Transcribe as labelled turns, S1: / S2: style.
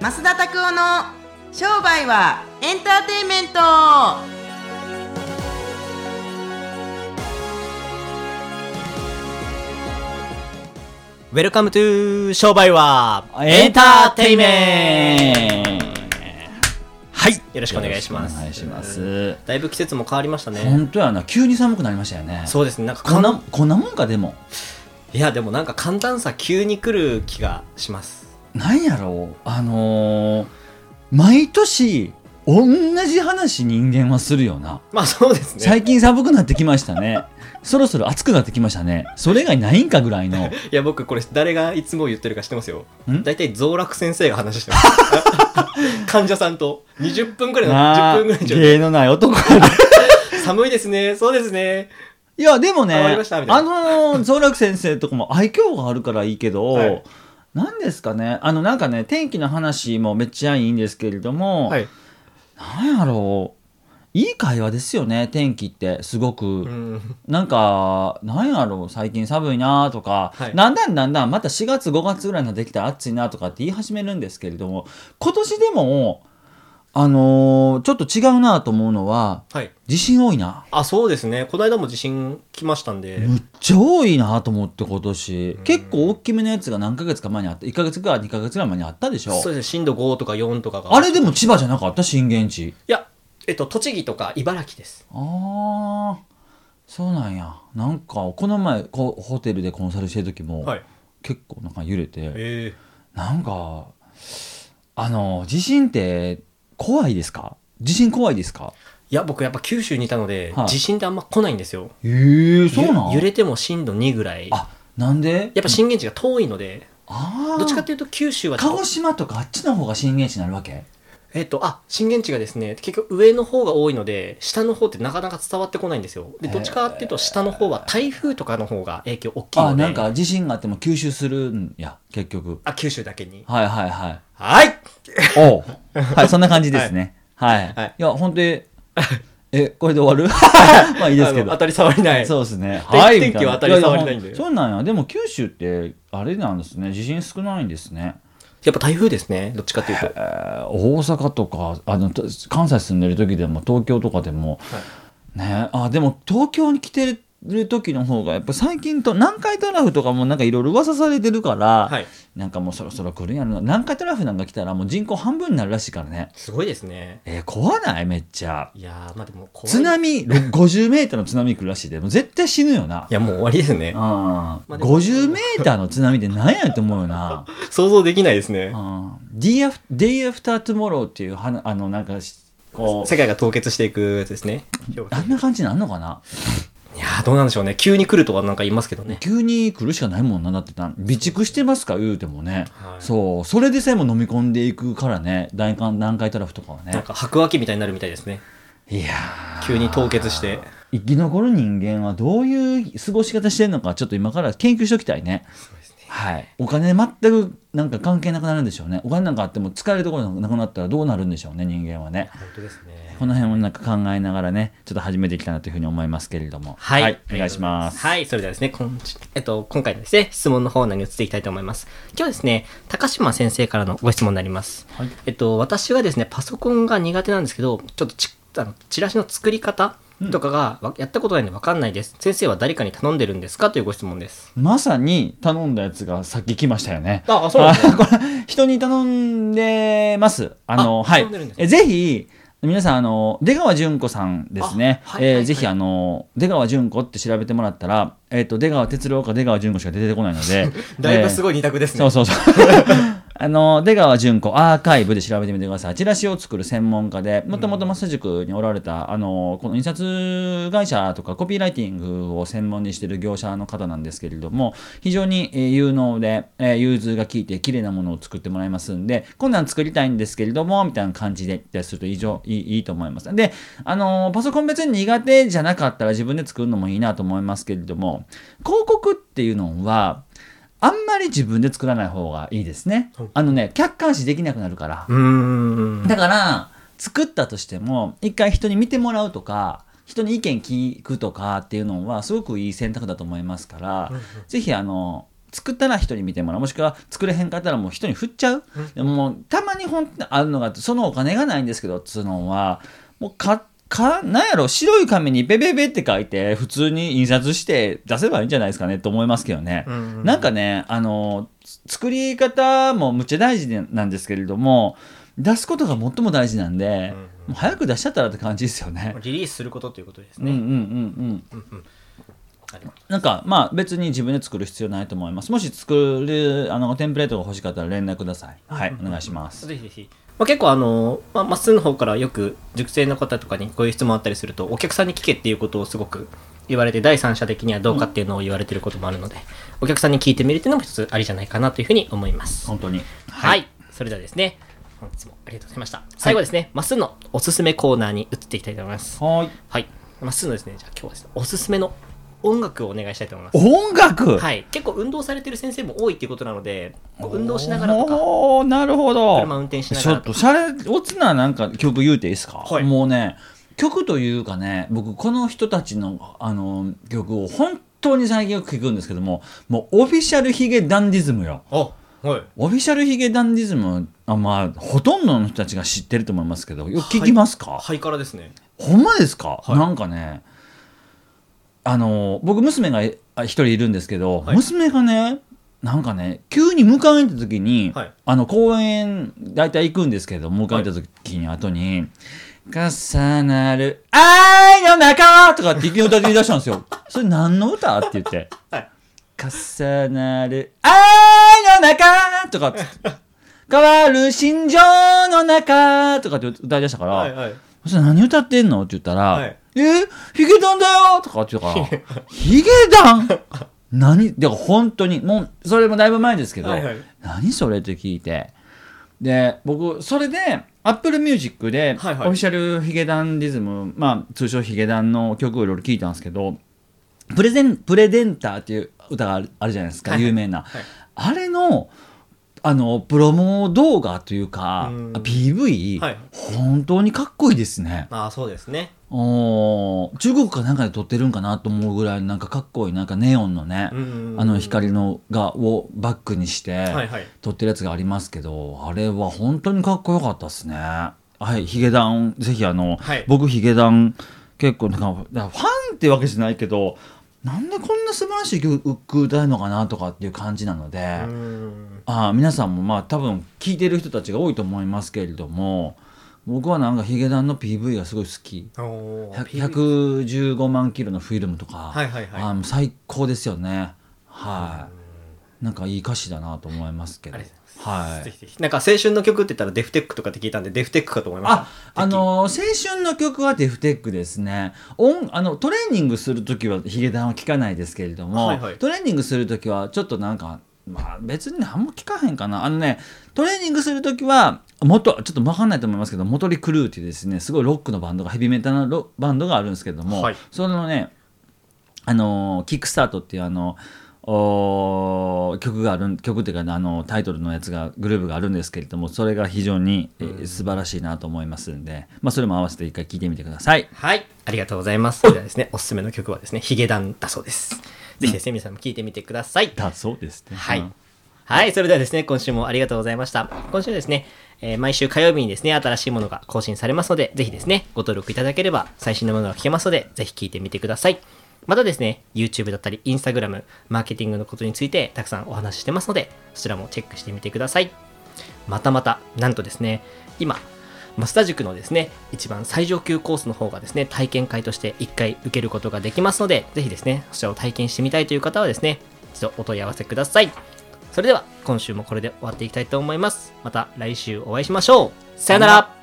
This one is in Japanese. S1: 増田拓夫の商売はエンターテインメント
S2: ウェルカムトゥー商売は
S3: エンターテイメント
S2: はい、よろしくお願いします。
S3: お願いします。
S2: だいぶ季節も変わりましたね。
S3: 本当やな、急に寒くなりましたよね。
S2: そうですね、なんか
S3: こ
S2: か
S3: ん
S2: な
S3: な、こんなもんか、でも。
S2: いや、でもなんか寒暖差急に来る気がします。
S3: なんやろう、あのー毎年、同じ話人間はするよな。
S2: まあそうですね。
S3: 最近寒くなってきましたね。そろそろ暑くなってきましたね。それ以外ないんかぐらい の。
S2: いや、僕これ誰がいつも言ってるか知ってますよ。
S3: ん
S2: 大体増楽先生が話してます。 患者さんと20分くらいの、10分くらいの
S3: 芸のない男やな
S2: 寒いですね、そうですね。
S3: いや、でもね、
S2: あ終わり
S3: あ
S2: ましたみたい
S3: のー、増楽先生とかも 愛嬌があるからいいけど、
S2: はい
S3: なんですかね、あの、なんかね、天気の話もめっちゃいいんですけれども、
S2: はい。
S3: なんやろういい会話ですよね天気ってすごく、
S2: うん。
S3: なんかなんやろう最近寒いなとか、
S2: はい
S3: だんだんだんだんまた4月5月ぐらいになってきたら暑いなとかって言い始めるんですけれども今年でもあのーちょっと違うなと思うのは
S2: はい。
S3: 地震多いな。
S2: あ、そうですね。この間も地震来ましたんで。
S3: むっちゃ多いなと思って今年結構大きめのやつが何ヶ月か前にあった1ヶ月か2ヶ月ぐらい前にあったでしょ
S2: そうですね、震度5とか4とかが。
S3: あれでも千葉じゃなかった震源地
S2: いや、えっと、栃木とか茨城です。
S3: ああそうなんやなんかこの前こうホテルでコンサルしてる時も、
S2: はい。
S3: 結構なんか揺れて
S2: え
S3: なんかあの地震って怖いですか地震怖いですか
S2: いや、僕やっぱ九州にいたので、
S3: はい
S2: 地震ってあんま来ないんですよ。
S3: ええそうなん
S2: ゆ揺れても震度2ぐらい。やっ
S3: あなんで
S2: ぱ震源地が遠いので、
S3: あー
S2: どっちかっていうと九州はちょっ
S3: 鹿
S2: と
S3: 児島とかあっちの方が震源地になるわけ
S2: えっと、あ、震源地がですね、結局上の方が多いので、下の方ってなかなか伝わってこないんですよ。で、どっちかっていうと、下の方は台風とかの方が影響大きいので。
S3: あなんか地震があっても吸収するんや結局
S2: あ、九州だけに。
S3: はいはいはい
S2: はい
S3: おう はい、そんな感じですね。はい。い
S2: はい、
S3: や、本当 に、え、これで終わるまあいいですけ
S2: あの
S3: ど
S2: 当。たり障りない。
S3: そうですね。
S2: 天
S3: はい。
S2: 天気は
S3: み
S2: 当た
S3: た
S2: り障りないんで
S3: ややそうなんや。でも九州って、あれなんですね。地震少ないんですね。
S2: やっぱ台風ですね、どっちかっていうと。
S3: えー大阪とか、あの、と関西住んでる時でも、東京とかでも、ね、あ、でも東京に来てる時の方が、やっぱ最近と、南海トラフとかもなんかいろいろ噂されてるから、
S2: はい。
S3: なんかもうそろそろ来るんやろな。南海トラフなんか来たらもう人口半分になるらしいからね。
S2: すごいですね。
S3: えー怖ないめっちゃ。
S2: いやー、まあでも怖い、
S3: 津波、50メーターの津波来るらしいで、もう絶対死ぬよな。
S2: いや、もう終わりですね
S3: うん。。ま
S2: あでも
S3: 50メーターの津波って何やと思うよ な。
S2: 想像できないです
S3: う
S2: ね。
S3: ん。Day Af- Day After Tomorrow っていう花、あの、なんかし、こう、
S2: 世界が凍結していくやつですね。いや
S3: あんな感じなんのかな
S2: ー、どうなんでしょうね。急に来るとはなんか言いますけどね。
S3: 急に来るしかないもんな。だってな、備蓄してますか言うてもね。
S2: はい
S3: そう。それでさえも飲み込んでいくからね。大寒南海トラフとかは
S2: なん
S3: ね。
S2: か白亜紀みたいになるみたいですね。
S3: いやー
S2: 急に凍結して。
S3: 生き残る人間はどういう過ごし方してるのかちょっと今から研究しておきたいね。はい、お金全くなんか関係なくなるんでしょうねお金なんかあっても使えるところなくなったらどうなるんでしょうね人間はね
S2: 本当ですね。
S3: この辺もなんか考えながらねちょっと始めていきたいなというふうに思いますけれども
S2: はい、
S3: お願いします
S2: はい、それではですね、こんえっと、今回のですね、質問の方に移っていきたいと思います。今日ですね、高島先生からのご質問になります。
S3: はい
S2: えっと、私はですね、パソコンが苦手なんですけど、ちょっとちあのチラシの作り方とかが、わやったことないんで分かんないです。先生は誰かに頼んでるんですかというご質問です。
S3: まさに頼んだやつがさっき来ましたよね
S2: あ、あ
S3: あこれ人に頼んでます。あの
S2: あ
S3: はい
S2: 頼んでるんですね
S3: えぜひ皆さんあの出川純子さんですね。
S2: あはいはい
S3: え
S2: は
S3: ー
S2: い。
S3: ぜひあの出川純子って調べてもらったらえっ、と出川哲郎か出川純子しか出てこないので
S2: だいぶす
S3: い、
S2: ごい二択ですね。
S3: そうそうそう。 あの出川純子アーカイブで調べてみてください。チラシを作る専門家でもともとマス塾におられたあのこの印刷会社とかコピーライティングを専門にしている業者の方なんですけれども非常にえー有能で、えー融通が効いて綺麗なものを作ってもらいますんでこんなん作りたいんですけれどもみたいな感じで言ったりすると以上いいいいと思います。であのパソコン別に苦手じゃなかったら自分で作るのもいいなと思いますけれども広告っていうのはあんまり自分で作らない方がいいですね
S2: はい。
S3: あのね、客観視できなくなるから。
S2: うーん。
S3: だから、作ったとしても、一回人に見てもらうとか、人に意見聞くとかっていうのは、すごくいい選択だと思いますから、ぜひ、あの、作ったら人に見てもらうもしくは作れへんかったらもう人に振っちゃう、でももうたまに本当にあるのがあってそのお金がないんですけどっつうのはもうかかなんやろ白い紙にベベベって書いて普通に印刷して出せばいいんじゃないですかねと思いますけどね、
S2: うんうんうん
S3: なんかねあの作り方もむっちゃ大事なんですけれども出すことが最も大事なんで、
S2: うんうん
S3: もう早く出しちゃったらって感じですよね。
S2: リリースすることということです
S3: うんうん
S2: ね。
S3: うんうん
S2: うんうんありがと
S3: なんかまあ別に自分で作る必要ないと思います。もし作るあのテンプレートが欲しかったら連絡ください。はい、お願いしま
S2: う
S3: す。
S2: ぜひぜひ。まあ、結構あの、まあ、まっすーの方からよく熟成の方とかにこういう質問あったりすると、お客さんに聞けっていうことをすごく言われて、第三者的にはどうかっていうのを言われてることもあるので、お客さんに聞いてみるっていうのも一つありじゃないかなというふうに思います。
S3: 本当に。
S2: はい、。それではですね、本日もありがとうございました。最後ですね、まっすーのおすすめコーナーに移っていきたいと思います。
S3: はーい。
S2: はい、まっすーのですね、じゃあ今日はですね、おすすめの音楽をお願いしたいと思います。
S3: 音楽。
S2: はい、結構運動されてる先生も多いっていうことなので、運動しながらとか、
S3: おお、なるほど。
S2: 車運転しながらとか
S3: ちょっとシャレオツななんか曲言うていいですか。
S2: はい
S3: もうね、曲というかね、僕この人たちのあの曲を本当に最近よく聞くんですけども、もうオフィシャルヒゲダンディズムよ。
S2: あ、はい。
S3: オフィシャルヒゲダンディズムあまあほとんどの人たちが知ってると思いますけどよく聞きますか、
S2: ハイカラですね。
S3: ほんまですか、
S2: はい
S3: なんかねあの僕娘があ一人いるんですけど、
S2: はい
S3: 娘がねなんかね急に迎えに行った時に、
S2: はい
S3: あの公園大体行くんですけど迎えに行った時に後に「重なる愛の中」とかっていきなり歌って言い出したんで すよ。それ何の歌って言って。
S2: はい。
S3: 重なる愛の中とか、 変わる心情の中とかって歌い出したから、
S2: はい。
S3: そしたら何歌ってんのって言ったら、
S2: はい
S3: えヒゲダンだよとかって言 うから、ヒゲダン何で本当に、もう、それもだいぶ前ですけど、
S2: はいはい
S3: 何それって聞いて、で、僕、それで、アップルミュージックで、
S2: はいはい
S3: オフィシャルヒゲダンディズム、まあ、通称ヒゲダンの曲をいろいろ聞いたんですけど、プレゼン、プレデンターっていう歌があるあるじゃないですか、
S2: はいはい
S3: 有名な。
S2: はい
S3: あれの、あの、プロモ動画というか、
S2: うん
S3: PV、
S2: はい
S3: 本当にかっこいいですね。
S2: まあ、そうですね。
S3: おー中国かなんかで撮ってるんかなと思うぐらいなんかかっこいいなんかネオンのね、
S2: うん
S3: あの光のがをバックにして
S2: はいはい
S3: 撮ってるやつがありますけど、あれは本当にかっこよかったですねはいヒゲダンぜひあの、
S2: はい
S3: 僕ヒゲダン結構なんかだからファンってわけじゃないけどなんでこんな素晴らしい曲歌えるのかなとかっていう感じなので、
S2: うん
S3: ああ皆さんもまあ多分聞いてる人たちが多いと思いますけれども僕はなんかヒゲダンの PV がすごい好き
S2: おー
S3: 115万キロのフィルムとか、
S2: はいはいはい
S3: あもう最高ですよねはいなんかいい歌詞だなと思いますけど
S2: ありがとう
S3: は
S2: ぜ
S3: い
S2: ひぜひなんか青春の曲って言ったらデフテックとかって聞いたんでデフテックかと思いました
S3: ああのー青春の曲はデフテックですね音あのトレーニングする時はヒゲダンは聴かないですけれども、
S2: はいはい
S3: トレーニングする時はちょっとなんかまあ別に何も聞かへんかなあのねトレーニングする時はもっとちょっと分かんないと思いますけどモトリクルーっていうですねすごいロックのバンドがヘビメタルのロバンドがあるんですけども、
S2: はい
S3: そのねあのーキックスタートっていうあのおー曲がある曲っていうかねあのタイトルのやつがグループがあるんですけれどもそれが非常に、えー素晴らしいなと思いますんで、まあ、それも合わせて一回聞いてみてください。
S2: はい。ありがとうござい ます。それではですね、おすすめの曲はですね、ヒゲダンだそうです。ぜひですね、皆さんも聴いてみてください。
S3: だそうですね。
S2: は
S3: う
S2: い
S3: ん。
S2: はい。それではですね、今週もありがとうございました。今週ですね、えー毎週火曜日にですね、新しいものが更新されますので、ぜひですね、ご登録いただければ、最新のものが聞けますので、ぜひ聞いてみてください。またですね、YouTube だったり、Instagram、マーケティングのことについて、たくさんお話ししてますので、そちらもチェックしてみてください。またまた、なんとですね、今、増田塾のですね、一番最上級コースの方がですね、体験会として1回受けることができますので、ぜひですね、そちらを体験してみたいという方はですね、一度お問い合わせください。それでは、今週もこれで終わっていきたいと思います。また来週お会いしましょう。さよなら。